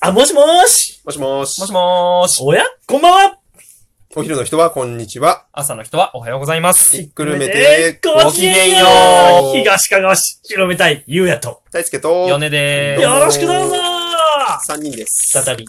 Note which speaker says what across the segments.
Speaker 1: あ、もしもーし
Speaker 2: もしもーし。
Speaker 3: もしもーし。
Speaker 1: おやこんばんは
Speaker 2: お昼の人は、こんにちは。
Speaker 3: 朝の人はおはようございます。
Speaker 2: ひっくるめて、
Speaker 1: ごきげんよ
Speaker 2: ご
Speaker 1: う
Speaker 2: きげんよ
Speaker 1: 東かがし、広めたい、ゆうやと。
Speaker 2: う大輔と、
Speaker 3: ヨネで
Speaker 2: どうも
Speaker 3: ー
Speaker 1: よろしくどうぞ
Speaker 2: 3人です。
Speaker 1: 再び、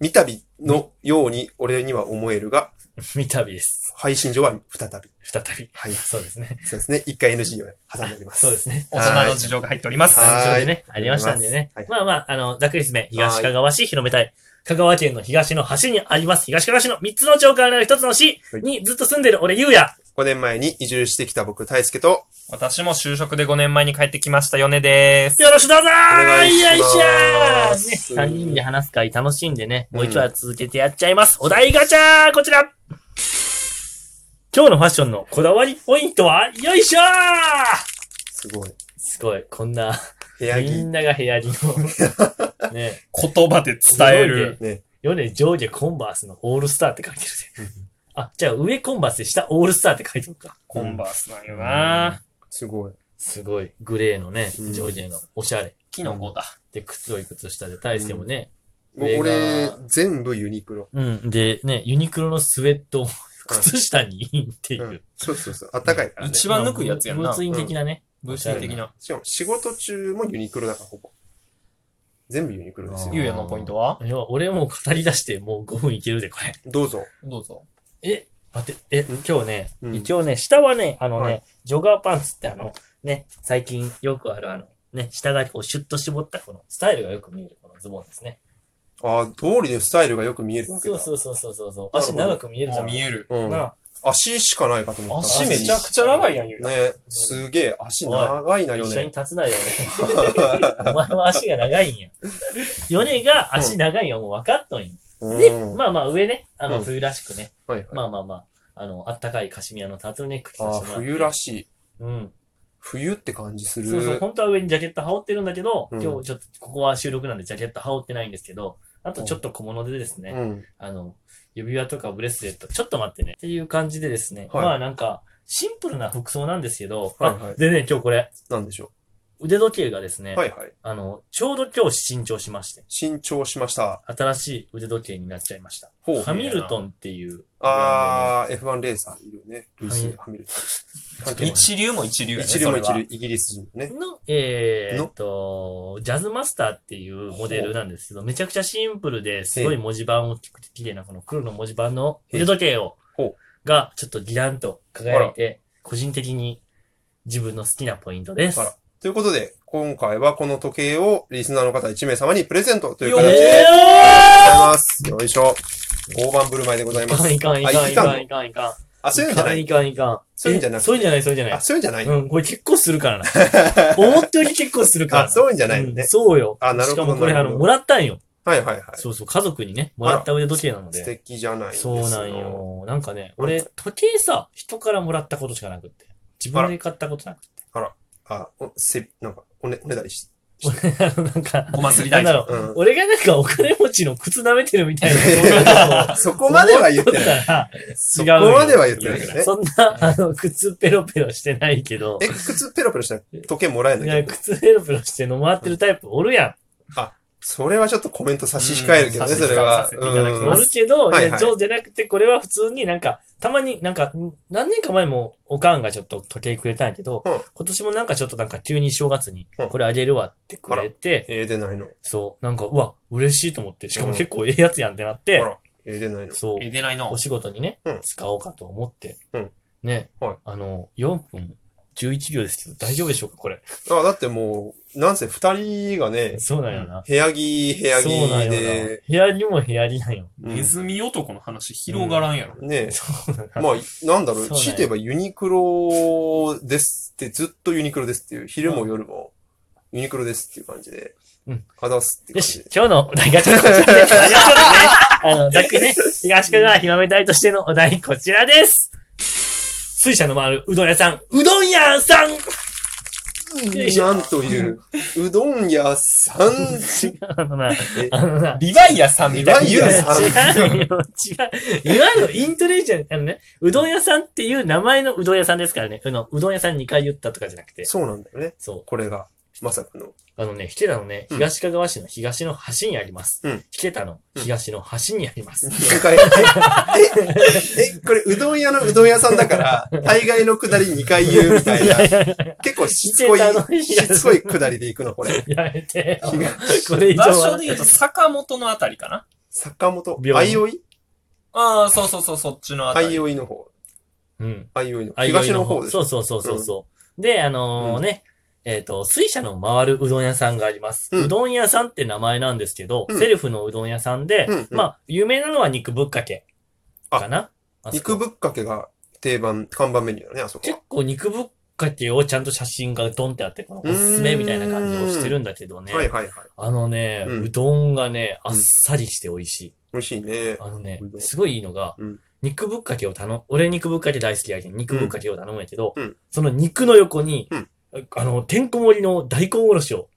Speaker 2: 三度のように俺には思えるが、
Speaker 1: 三旅です。
Speaker 2: 配信上は再び。
Speaker 1: 再び。
Speaker 2: はい
Speaker 1: そうですね。
Speaker 2: そうですね。一回 NG を挟んでおります。
Speaker 1: そうですね。
Speaker 3: す。大人の事情が入っております。
Speaker 2: は
Speaker 1: そ
Speaker 2: い
Speaker 1: れでね、ありましたんでね
Speaker 2: はい。
Speaker 1: まあまあ、あの、ざっくり説明、東かがわ市広めたい。香川県の東の端にあります、東かがわ市の3つの町からなる1つの市
Speaker 2: はい
Speaker 1: にずっと住んでる俺、ゆうや。
Speaker 2: 5年前に移住してきた僕、大輔と、
Speaker 3: 私も就職で5年前に帰ってきました、ヨネでーす。
Speaker 1: よろしくどうぞ
Speaker 2: 願いし
Speaker 1: よいしょ
Speaker 2: ま
Speaker 1: ーね、
Speaker 2: す
Speaker 1: 3人で話す会楽しんでね、もう一
Speaker 2: うん
Speaker 1: 話続けてやっちゃいます。お題ガチャーこちら今日のファッションのこだわりポイントは、よいしょー
Speaker 2: すごい。
Speaker 1: すごい、こんな、
Speaker 2: 部屋
Speaker 1: み
Speaker 2: 着。
Speaker 1: んなが部屋着の、ね、
Speaker 3: 言葉で伝える。
Speaker 2: ね。
Speaker 1: よね、上下コンバースのオールスターって書いてるで。あ、じゃあ上コンバースで下オールスターって書いてるか。
Speaker 3: コンバースなんよな
Speaker 2: すごい。
Speaker 1: すごい。グレーのね
Speaker 2: うん、
Speaker 1: 上下のおしゃれ。
Speaker 3: キノコだ。
Speaker 1: で、靴をいくつ下で、大してもね、
Speaker 2: もう
Speaker 1: 上が
Speaker 2: 俺、全部ユニクロ。
Speaker 1: うん。で、ね、ユニクロのスウェットを靴下にインっていう う。
Speaker 2: ん。そうそうそう。あったかいからね。
Speaker 3: 一番抜くやつやんな
Speaker 1: まあ物理的なね。
Speaker 3: 物理的な。
Speaker 2: しかも仕事中もユニクロだから、ほぼ。全部ユニクロです
Speaker 1: うん
Speaker 3: ゆう
Speaker 2: よ。
Speaker 3: やのポイントはい
Speaker 1: や、俺もう語り出してもう5分いけるで、これ。
Speaker 2: どうぞ。
Speaker 3: どうぞ。
Speaker 1: え、待って、え、
Speaker 2: ん
Speaker 1: 今日ね、
Speaker 2: うん
Speaker 1: 一応ね、下はね、あのね、
Speaker 2: はい
Speaker 1: ジョガーパンツってあの、ね、最近よくあるあの、ね、下がこうシュッと絞ったこのスタイルがよく見えるこのズボンですね。
Speaker 2: ああ、通りでスタイルがよく見える
Speaker 1: そ
Speaker 2: わけだ。
Speaker 1: うそうそうそうそうそう。
Speaker 2: なるほ
Speaker 1: 足
Speaker 2: ど
Speaker 1: 長く見えるじゃ。
Speaker 3: もうん見える。
Speaker 2: うん
Speaker 1: な。あ
Speaker 2: 足しかないかと思った。
Speaker 3: 足めちゃくちゃ長いやん、ゆうや。
Speaker 2: ね、すげえ、足長いな、
Speaker 1: 一
Speaker 2: よ
Speaker 1: 緒に
Speaker 2: ね。
Speaker 1: 立つなよね。 お前は足が長いんや。ヨネが足長いんや、もう分かっとんや。で、
Speaker 2: うん
Speaker 1: まあまあ上ね、あ
Speaker 2: う
Speaker 1: の
Speaker 2: ん
Speaker 1: 冬らしくね、
Speaker 2: はいはい
Speaker 1: まあまあまあ、あの、あったかいカシミヤのタートルネック着さ
Speaker 2: あ
Speaker 1: せ
Speaker 2: ー
Speaker 1: てもらって。
Speaker 2: 冬らしい。
Speaker 1: うん。
Speaker 2: 冬って感じする。
Speaker 1: そうそう、本当は上にジャケット羽織ってるんだけど、
Speaker 2: うん
Speaker 1: 今日ちょっと、ここは収録なんでジャケット羽織ってないんですけど、あとちょっと小物でですね、
Speaker 2: うん。
Speaker 1: あの、指輪とかブレスレット、ちょっと待ってね、っていう感じでですね、
Speaker 2: はい
Speaker 1: まあなんか、シンプルな服装なんですけど、
Speaker 2: はいはい
Speaker 1: あでね、今日これ、
Speaker 2: なんでしょ
Speaker 1: 腕時計がですね、
Speaker 2: う。はいはい。
Speaker 1: あの、ちょうど今日新調しまして、
Speaker 2: 新調しました。
Speaker 1: 新しい腕時計になっちゃいました。
Speaker 2: ほう
Speaker 1: ハ。ミルトンっていう。
Speaker 2: あー、F1 レーサーいるよね。ルーシー・ハミルトン。関係ない
Speaker 3: 一流も一流やね。
Speaker 2: 一流も一
Speaker 3: それ
Speaker 2: 流
Speaker 3: は。、
Speaker 2: イギリス人のね。
Speaker 1: の、えー
Speaker 2: の
Speaker 1: っと、ジャズマスターっていうモデルなんですけど、めちゃくちゃシンプルですごい文字盤を聞くて綺麗なこの黒の文字盤の腕時計を
Speaker 2: ほう、
Speaker 1: がちょっとギランと輝いて、個人的に自分の好きなポイントです
Speaker 2: あ。らということで、今回はこの時計をリスナーの方1名様にプレゼントという
Speaker 3: あ
Speaker 2: 形
Speaker 3: ら
Speaker 2: で
Speaker 3: よ
Speaker 2: ご
Speaker 3: っ
Speaker 2: ざい
Speaker 1: え
Speaker 2: ます。よいしょ。大盤振る舞いでござ
Speaker 1: ー
Speaker 2: い
Speaker 1: い
Speaker 2: ま
Speaker 1: か
Speaker 2: す
Speaker 1: ん。いかんいかんいかんいかんいかん。
Speaker 2: あ、そういうんじゃないい。
Speaker 1: かんいかん。
Speaker 2: そういうんじゃなくて
Speaker 1: そういうんじゃない、そういうんじゃない
Speaker 2: あ、。そういうんじゃない。
Speaker 1: うん、これ結構するからな。思ったより結構するから
Speaker 2: あ、
Speaker 1: な。
Speaker 2: そういうんじゃないの
Speaker 1: う
Speaker 2: ね
Speaker 1: ん。そうよ。
Speaker 2: あなるほど
Speaker 1: しかもこれ、
Speaker 2: な
Speaker 1: あ
Speaker 2: るほど
Speaker 1: の、もらったんよ。
Speaker 2: はいはいはい。
Speaker 1: そうそう、家族にね、もらった腕時計なの
Speaker 2: 素
Speaker 1: で。
Speaker 2: 敵じゃないですか
Speaker 1: そうなん。よ。なんかね、俺、時計さ、人からもらったことしかなくって。自
Speaker 2: あら
Speaker 1: 分で買ったことなくて。
Speaker 2: あ、お、せ、なんか、おね、おねだりし、
Speaker 1: あの なんか、
Speaker 3: お祭り
Speaker 1: な
Speaker 3: 大
Speaker 1: んだ
Speaker 3: 臣。
Speaker 1: ろ
Speaker 2: う
Speaker 1: う。
Speaker 2: ん。
Speaker 1: 俺がなんかお金持ちの靴舐めてるみたいなそんなことを。
Speaker 2: そこまでは言って
Speaker 1: 思っとっ
Speaker 2: ない。
Speaker 1: たら
Speaker 2: そ
Speaker 1: 違う
Speaker 2: こ
Speaker 1: よ
Speaker 2: までは言ってないですね。
Speaker 1: そんな、あの、靴ペロペロしてないけど。
Speaker 2: え、靴ペロペロしたら時計もらえ
Speaker 1: い
Speaker 2: ない
Speaker 1: や、
Speaker 2: けど。
Speaker 1: 靴ペロペロして飲まってるタイプおるや
Speaker 2: それはちょっとコメント差し控えるけどね、
Speaker 3: うん
Speaker 2: それは
Speaker 3: 差。し控えさせていただき
Speaker 1: ん。お
Speaker 3: ま
Speaker 2: うん
Speaker 3: す
Speaker 1: るけど、
Speaker 2: はいい
Speaker 1: や、
Speaker 2: はい
Speaker 1: 上じゃなくて、これは普通になんか、たまになんか、ん何年か前もおかんがちょっと時計くれたんやけど
Speaker 2: うん、
Speaker 1: 今年もなんかちょっとなんか急に正月に
Speaker 2: うん、
Speaker 1: これあげるわってくれて、
Speaker 2: ええ出ないの。
Speaker 1: そう、なんか、うわ、嬉しいと思って、しか
Speaker 2: う
Speaker 1: も
Speaker 2: ん
Speaker 1: 結構ええやつやんってなって
Speaker 2: あ、らええ出ないの。
Speaker 1: そう
Speaker 3: え、、出ないの
Speaker 1: お。仕事にね
Speaker 2: うん、
Speaker 1: 使おうかと思って
Speaker 2: うん、
Speaker 1: ね
Speaker 2: はい、
Speaker 1: あの、4分11秒ですけど、大丈夫でしょうか、これ。
Speaker 2: あ、だってもう、なんせ二人がね、
Speaker 1: そうなんよな。
Speaker 2: 部屋着、部屋着
Speaker 1: そうなんよな。部
Speaker 2: で、
Speaker 1: 屋にも部屋になんよ。
Speaker 2: うん
Speaker 3: ネズミ男の話広がらんやろ。
Speaker 2: ね
Speaker 1: そうなんよ
Speaker 2: まあ、なんだろう、
Speaker 1: そうなんよ
Speaker 2: 強いて言えばユニクロですって、ずっとユニクロですっていう、昼も夜もユニクロですっていう感じで
Speaker 1: うん、
Speaker 2: あざすって
Speaker 1: よ
Speaker 2: 感じ
Speaker 1: し
Speaker 2: で。、
Speaker 1: 今日のお題ガチャこちらで、ありがとうございます ね。あの、ざっくりね、東かが広めたいとしてのお題こちらです。水車の回るうどん屋さん、うどん屋さんよいしょ
Speaker 2: なんという、うどん屋さ ん、
Speaker 1: あのな
Speaker 2: え、
Speaker 1: あのな、
Speaker 3: リヴァイアさんみたいな。
Speaker 2: リヴァイアさん
Speaker 1: 違うよ、違う。今のイントネーション、あのね、うどん屋さんっていう名前のうどん屋さんですからね。あの、うどん屋さん2回言ったとかじゃなくて。
Speaker 2: そうなんだよね。
Speaker 1: そう。
Speaker 2: これが。まさかの。
Speaker 1: あのね、引田のね、
Speaker 2: うん
Speaker 1: 東かがわ市の東の端にあります。
Speaker 2: うん
Speaker 1: 引田の東の端にあります。
Speaker 2: 2回。え、え、これ、うどん屋のうどん屋さんだから、大概の下り2回言うみたいな。結構しつこい
Speaker 1: 下の、
Speaker 2: しつこい下りで行くの、これ。
Speaker 1: やめて。
Speaker 2: 東
Speaker 1: これ以上
Speaker 3: 場所
Speaker 1: は
Speaker 3: で。言うと、坂本のあたりかな
Speaker 2: 坂本、
Speaker 1: 病院
Speaker 2: 相生
Speaker 3: ああ、そうそうそう、そっちのあた
Speaker 2: 相
Speaker 3: り。
Speaker 2: 生の方。
Speaker 1: うん。
Speaker 2: 相生の
Speaker 1: あ
Speaker 2: 方。東の方です。
Speaker 1: そうそうそうそうそう。で、あのーね、えっと、水車の回るうどん屋さんがあります。
Speaker 2: うん
Speaker 1: うどん屋さんって名前なんですけど、
Speaker 2: うん
Speaker 1: セルフのうどん屋さんで、
Speaker 2: うんうん
Speaker 1: まあ、有名なのは肉ぶっかけかな。あそこ
Speaker 2: 肉ぶっかけが定番、看板メニューだね、あそこ
Speaker 1: 結
Speaker 2: は。
Speaker 1: 構肉ぶっかけをちゃんと写真がドンってあって、このおすすめみたいな感じをしてるんだけどね。
Speaker 2: はいはいはい。
Speaker 1: あのね、
Speaker 2: うん
Speaker 1: うどんがね、あ
Speaker 2: ん
Speaker 1: っさりして美味しい。
Speaker 2: 美味しいね。
Speaker 1: あのね
Speaker 2: うど、ん
Speaker 1: すごいいいのが、
Speaker 2: うん
Speaker 1: 肉ぶっかけを頼む、俺肉ぶっかけ大好きやけん、肉ぶっかけを頼むんやけど、
Speaker 2: うん
Speaker 1: その肉の横に、
Speaker 2: うん
Speaker 1: あの、てんこ盛りの大根おろしを、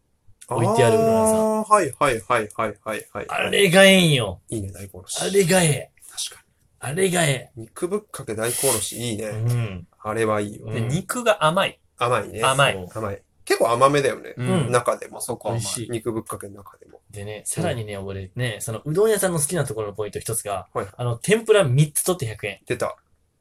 Speaker 1: 置いてあるうどん屋さん
Speaker 2: あーはいはいはいはいはいはい。
Speaker 1: あれがええんよ。
Speaker 2: いいね、大根おろし。
Speaker 1: あれがええ。
Speaker 2: 確か
Speaker 1: あれがえ
Speaker 2: に。肉ぶっかけ大根おろし、いい
Speaker 1: え。う
Speaker 2: ね。
Speaker 1: ん。
Speaker 2: あれはいいよ
Speaker 1: う。ん
Speaker 3: で、肉が甘い。
Speaker 2: 甘いね。
Speaker 3: 甘い
Speaker 1: そう
Speaker 2: 甘い。結構甘めだよね。
Speaker 3: うん
Speaker 2: 中でも。
Speaker 3: そこ
Speaker 1: 美
Speaker 3: 甘い
Speaker 1: 味。しい。
Speaker 2: 肉ぶっかけの中でも。
Speaker 1: でね、さらにね、俺ね、そのうどん屋さんの好きなところのポイント一つが、
Speaker 2: はい
Speaker 1: あの、天ぷら3つ取って100円。
Speaker 2: 出た。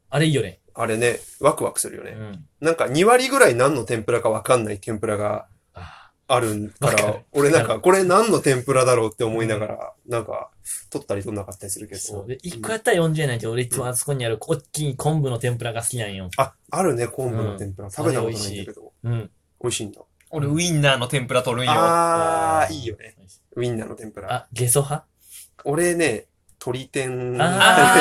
Speaker 1: あれいいよね。
Speaker 2: あれね、ワクワクするよ
Speaker 1: う
Speaker 2: ね。
Speaker 1: ん。
Speaker 2: なんか2割ぐらい何の天ぷらかわかんない天ぷらが
Speaker 1: あ
Speaker 2: あるか
Speaker 1: わからる、
Speaker 2: 俺なん
Speaker 1: わか
Speaker 2: かこれ何の天ぷらだろうって思いながら、なんか取ったり取んなかったりするけ
Speaker 1: ーそ
Speaker 2: ど
Speaker 1: う。。で、1個やったら40円なんやけど、俺いつもあそこにある、おっきい昆布の天ぷらが好きなんよ。
Speaker 2: あ、あるね、昆布の天ぷら。食べたことないんだけど。
Speaker 1: うん。
Speaker 2: 美味しいんだ。
Speaker 3: 俺、ウインナーの天ぷら取るんよ。
Speaker 2: あー、いいよね。。ウインナーの天ぷら。
Speaker 1: あ、ゲソ派
Speaker 2: 俺ね、鶏天。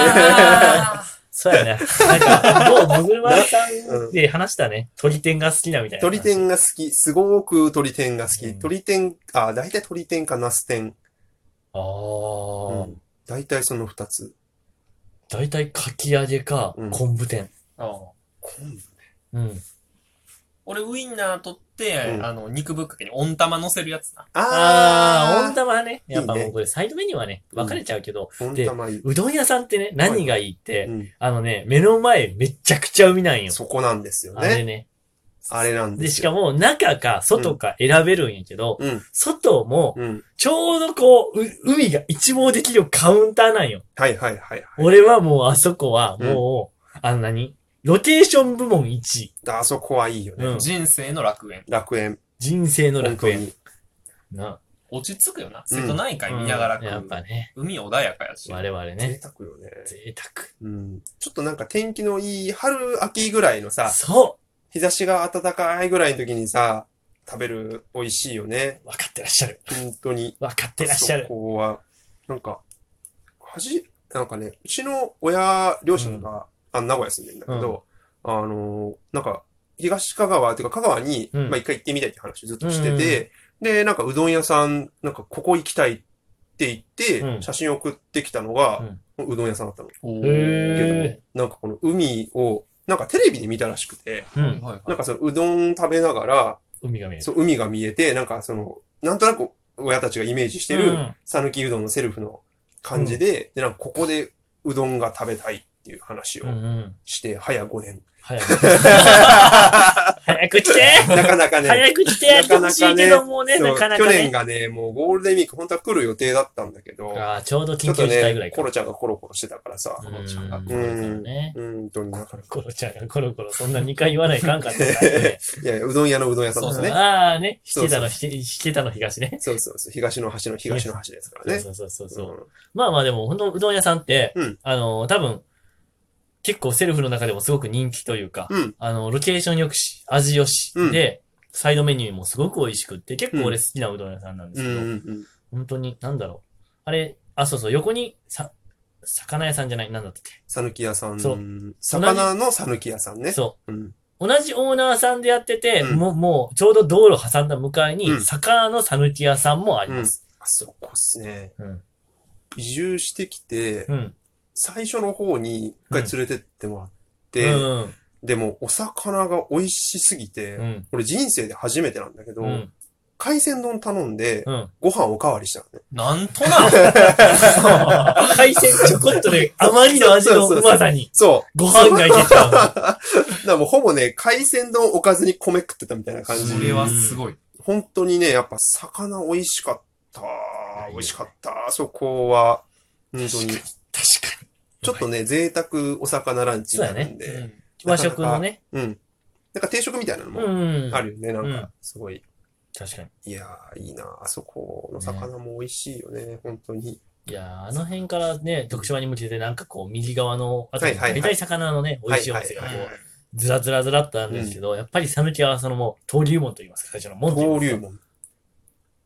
Speaker 1: あそうやね。なんか、もう、ぐるまさ
Speaker 2: うん
Speaker 1: んで話したね。鳥天が好きなみたいな話。
Speaker 2: 鶏天が好き。すごく鶏天が好き。
Speaker 1: うん
Speaker 2: 鶏天、あ、大体鶏天かナス天。
Speaker 1: ああ
Speaker 2: う。ん大体その二つ。
Speaker 1: だいたいかき揚げか
Speaker 2: うん、
Speaker 1: 昆布天。
Speaker 3: うん
Speaker 2: 昆
Speaker 1: う
Speaker 2: 布
Speaker 1: ん。
Speaker 3: 俺、ウインナー取って、
Speaker 2: うん
Speaker 3: あの、肉ぶっかけに温玉乗せるやつな。
Speaker 1: ああ、温
Speaker 2: あ
Speaker 1: 玉はね、やっぱ
Speaker 2: いい
Speaker 1: も
Speaker 2: ね
Speaker 1: うこれサイドメニューはね、分かれちゃうけど、
Speaker 2: ー、温玉いい。
Speaker 1: うどん屋さんってね、何がいいって
Speaker 2: う、ん
Speaker 1: あのね、目の前めちゃくちゃ海なんよ。
Speaker 2: そこなんですよ
Speaker 1: あれ
Speaker 2: ね。
Speaker 1: ね。
Speaker 2: あれなんで
Speaker 1: で、し
Speaker 2: すよ。
Speaker 1: かも中か外か選べるんやけど、
Speaker 2: うん、
Speaker 1: 外も、
Speaker 2: うん。
Speaker 1: ちょうどこう、う海が一望できるカウンターなんよ。
Speaker 2: はいはいはいはい。
Speaker 1: 俺はもうあそこは、もう、あの何ロケーション部門1位。
Speaker 2: あそこはいいよね。
Speaker 1: うん
Speaker 3: 人生の楽園。
Speaker 2: 楽園。
Speaker 1: 人生の
Speaker 2: 本
Speaker 1: 楽
Speaker 2: 当
Speaker 1: 園。
Speaker 2: に。
Speaker 1: な。
Speaker 3: 落ち着くよな。瀬戸内海見ながら食う。
Speaker 1: やっぱね、
Speaker 3: 海穏やかやし。
Speaker 1: 我々
Speaker 2: 贅
Speaker 1: ね、
Speaker 2: 沢よね。
Speaker 1: 贅
Speaker 2: うん。ちょっとなんか天気のいい春、秋ぐらいの
Speaker 1: 沢。
Speaker 2: さ、
Speaker 1: そ
Speaker 2: 日差しが暖かいぐらいの時にさ、食べる美味しいよね。
Speaker 1: う分かってらっしゃる。
Speaker 2: 本当に。
Speaker 1: 分かってらっしゃ
Speaker 2: そ
Speaker 1: る。
Speaker 2: こは、なんか、はじ、なんかね、うちの親、両親が、あ名古屋住んでるんだけど、あのーなんか、東香川っていうか香川に、
Speaker 1: うん
Speaker 2: まあ一回行ってみたいって話ずっとしてて、で、なんかうどん屋さん、なんかここ行きたいって言って、
Speaker 1: うん
Speaker 2: 写真送ってきたのが、うどん屋さんだったの。
Speaker 3: お
Speaker 1: へ
Speaker 3: ー
Speaker 1: え
Speaker 2: なんかこの海を、なんかテレビで見たらしくて、
Speaker 1: う
Speaker 3: はい
Speaker 1: ん。
Speaker 3: はい
Speaker 2: なんかそのうどん食べながら、
Speaker 1: 海が見える。
Speaker 2: そう海が見えて、なんかその、なんとなく親たちがイメージして
Speaker 1: う
Speaker 2: る、
Speaker 1: ん
Speaker 2: 讃岐うどんのセルフの感じで、で、なんかここでうどんが食べたいっていう話を
Speaker 1: うんうん。
Speaker 2: して、早5年。
Speaker 1: 早く。早く来て
Speaker 2: なかなかね、
Speaker 1: 早く来てやってほしいけど、もうね、
Speaker 2: そ
Speaker 1: な
Speaker 2: う
Speaker 1: かなか
Speaker 2: 去年
Speaker 1: ね。
Speaker 2: がね、もうゴールデンウィーク本当は来る予定だったんだけど、
Speaker 1: ああ、ちょうど
Speaker 2: ちょ
Speaker 1: 緊
Speaker 2: っと
Speaker 1: 急事態ぐら
Speaker 2: ね
Speaker 1: い、か
Speaker 2: コ。ロちゃんがコロコロしてたからさ、
Speaker 1: う
Speaker 3: ロちゃんが
Speaker 1: ん
Speaker 2: コロちゃん
Speaker 1: ね。
Speaker 2: うん、本当になかなか。
Speaker 1: コロちゃんがコロコロ、そんな2回言わないかんかったからね。
Speaker 2: いやいや、うどん屋のうどん屋さんです
Speaker 3: そう
Speaker 2: ね。
Speaker 1: ああね、
Speaker 2: そう
Speaker 1: 引けた
Speaker 2: そう
Speaker 1: の、引けたの東ね。
Speaker 2: そうそうそう、東の端の東の端ですからね。
Speaker 1: そうそうそうそう。
Speaker 2: うん
Speaker 1: まあまあでも、本当うどん屋さんって、
Speaker 2: うん
Speaker 1: あの、多分、結構セルフの中でもすごく人気というか、
Speaker 2: うん
Speaker 1: あの、ロケーションよくし、味よし、
Speaker 2: うん
Speaker 1: で、サイドメニューもすごく美味しくって、結構俺好きなうどん屋さんなんです
Speaker 2: うん
Speaker 1: けど、
Speaker 2: うんうん。
Speaker 1: 本当に、なんだろう。あれ、あ、そうそう、横に、さ、魚屋さんじゃない、なんだったっけ
Speaker 2: さぬき屋さ。
Speaker 1: そうん
Speaker 2: 魚のさぬき屋さんね。
Speaker 1: そう。
Speaker 2: うん。
Speaker 1: 同じオーナーさんでやってて、
Speaker 2: うん
Speaker 1: もう、もう、ちょうど道路挟んだ向かいに、
Speaker 2: うん
Speaker 1: 魚の讃岐屋さんもあります。
Speaker 2: あそこっすね。
Speaker 1: うん。
Speaker 2: 移住してきて、
Speaker 1: うん。
Speaker 2: 最初の方に一回連れてってもらっ
Speaker 1: う
Speaker 2: て、
Speaker 1: ん。
Speaker 2: でもお魚が美味しすぎて、
Speaker 1: うん。
Speaker 2: 俺人生で初めてなんだけど、
Speaker 1: うん。
Speaker 2: 海鮮丼頼んで、
Speaker 1: うん。
Speaker 2: ご飯おかわりしたのね。
Speaker 3: なんとな
Speaker 1: 海鮮ちょこっとで、あまりの味のうまさに、
Speaker 2: そ
Speaker 1: ご飯がいけちゃう。
Speaker 2: う。だからもうほぼね、海鮮丼おかずに米食ってたみたいな感
Speaker 3: く
Speaker 2: じ
Speaker 1: そ
Speaker 3: そ。れはすごい。
Speaker 2: 本当にね、やっぱ魚美味しかった。美味しかった。そこは、本当に。
Speaker 3: 確
Speaker 2: ちょっとね、贅沢お魚ランチになるん
Speaker 3: かに。う
Speaker 2: で。
Speaker 3: ん
Speaker 1: 和食のね。
Speaker 2: うん。なんか定食みたいなの
Speaker 1: う
Speaker 2: も
Speaker 1: ん。
Speaker 2: あるよね。な
Speaker 1: うんん
Speaker 2: か、すごい。
Speaker 1: 確かに。
Speaker 2: いやー、いいなあそこの魚も美味しいよね。本当に。
Speaker 1: いやーあの辺からね、徳島に向けてなんかこう、右側の、あたり、
Speaker 2: はいはいはい
Speaker 1: 大体魚のね、美味しいお店がこう、ずらずらずらっとあるんですけど、やっぱり讃岐はそのもう、登竜門と言いますか、最初の門と言いま
Speaker 2: 登
Speaker 1: すか
Speaker 2: 竜門。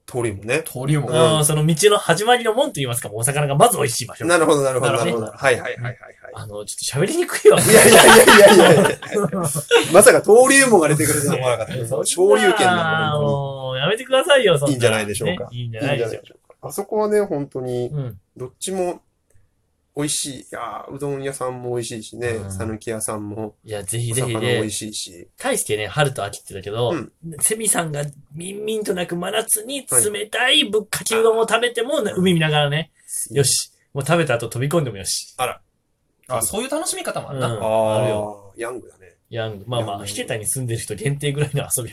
Speaker 2: 登竜門ね。
Speaker 3: 登竜門。
Speaker 2: 門
Speaker 1: うん、その道の始まりの門と言いますか、もうお魚がまず美味しい場所。
Speaker 2: なるほど、なるほど、
Speaker 1: な
Speaker 2: な
Speaker 1: る
Speaker 2: る
Speaker 1: ほ
Speaker 2: ほ
Speaker 1: ど
Speaker 2: ど。はいはいはいはいは
Speaker 1: あの、ちょっと喋りに くいわ。
Speaker 2: い。いやいやいやいやいやいや まさか登竜門が出てくるとは思わなか ったけど、昇竜拳
Speaker 1: な
Speaker 2: な
Speaker 1: あ
Speaker 2: の
Speaker 1: もう、やめてくださいよ、そんな。
Speaker 2: いいんじゃないでしょうか
Speaker 1: ねいいんじゃ
Speaker 2: に。い
Speaker 1: ない
Speaker 2: ん
Speaker 1: い
Speaker 2: じ
Speaker 1: で
Speaker 2: ゃ
Speaker 1: し
Speaker 2: な
Speaker 1: ょ
Speaker 2: いでしょうか。あそこはね、本当に
Speaker 1: う、か。うん。
Speaker 2: どっちも美味しい。いやーうどん屋さんも美味しいしね
Speaker 1: う、ん
Speaker 2: さぬき屋さんも、
Speaker 1: いや、ぜひ
Speaker 2: お
Speaker 1: ぜ
Speaker 2: 魚
Speaker 1: ひ
Speaker 2: も
Speaker 1: で
Speaker 2: 美、味しいし。
Speaker 1: 大してね、春と秋ってだけど、
Speaker 2: うん
Speaker 1: セミさんがみんみんとなく真夏に冷たいぶっかけうどんを食べても、海見ながらね、よし、もう食べた後飛び込んでもよし。
Speaker 3: あ、そういう楽しみ方もある
Speaker 1: う
Speaker 3: な。
Speaker 1: ん
Speaker 2: あー
Speaker 1: ある
Speaker 2: ヤングだね。
Speaker 1: ヤング。まあま
Speaker 2: ヤン
Speaker 1: あ、
Speaker 2: グ
Speaker 1: 引けたに住んでる人限定ぐらいの遊び。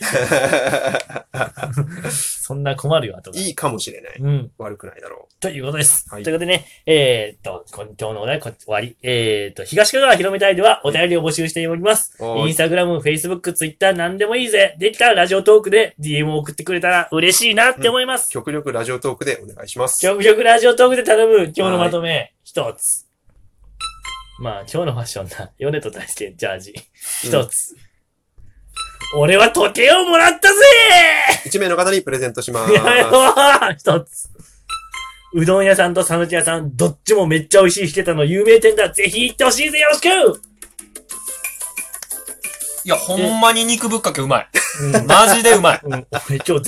Speaker 1: そんな困るよ、後が。
Speaker 2: いいかもしれない。
Speaker 1: うん。
Speaker 2: 悪くないだろ
Speaker 1: ということです。
Speaker 2: はい
Speaker 1: ということでね、えー、っと、今日のお題はこ終わり。えー、っと、東かがわ広めたいではお便りを募集しております。
Speaker 2: う。
Speaker 1: イ
Speaker 2: お
Speaker 1: ン
Speaker 2: ー
Speaker 1: スタグラム、フェイスブック、ツイッター、なんでもいいぜ。できたらラジオトークで DM を送ってくれたら嬉しいなって思います。
Speaker 2: 極力ラジオトークでお願いします。
Speaker 1: 極力ラジオトークで頼む今日のまとめ、一つ。まあ、今日のファッションな、ヨネと大輔、ジャージ、一つ。俺は時計をもらったぜ
Speaker 2: 1名の方にプレゼントし ます。
Speaker 1: やめろー 一つ。うどん屋さんとサヌキ屋さん、どっちもめっちゃ美味しいしてたの有名店だ。ぜひ行ってほしいぜ、よろしく
Speaker 3: いや、ほんまに肉ぶっかけうまい。
Speaker 1: うん、
Speaker 3: マジでうまい。
Speaker 1: うん俺今日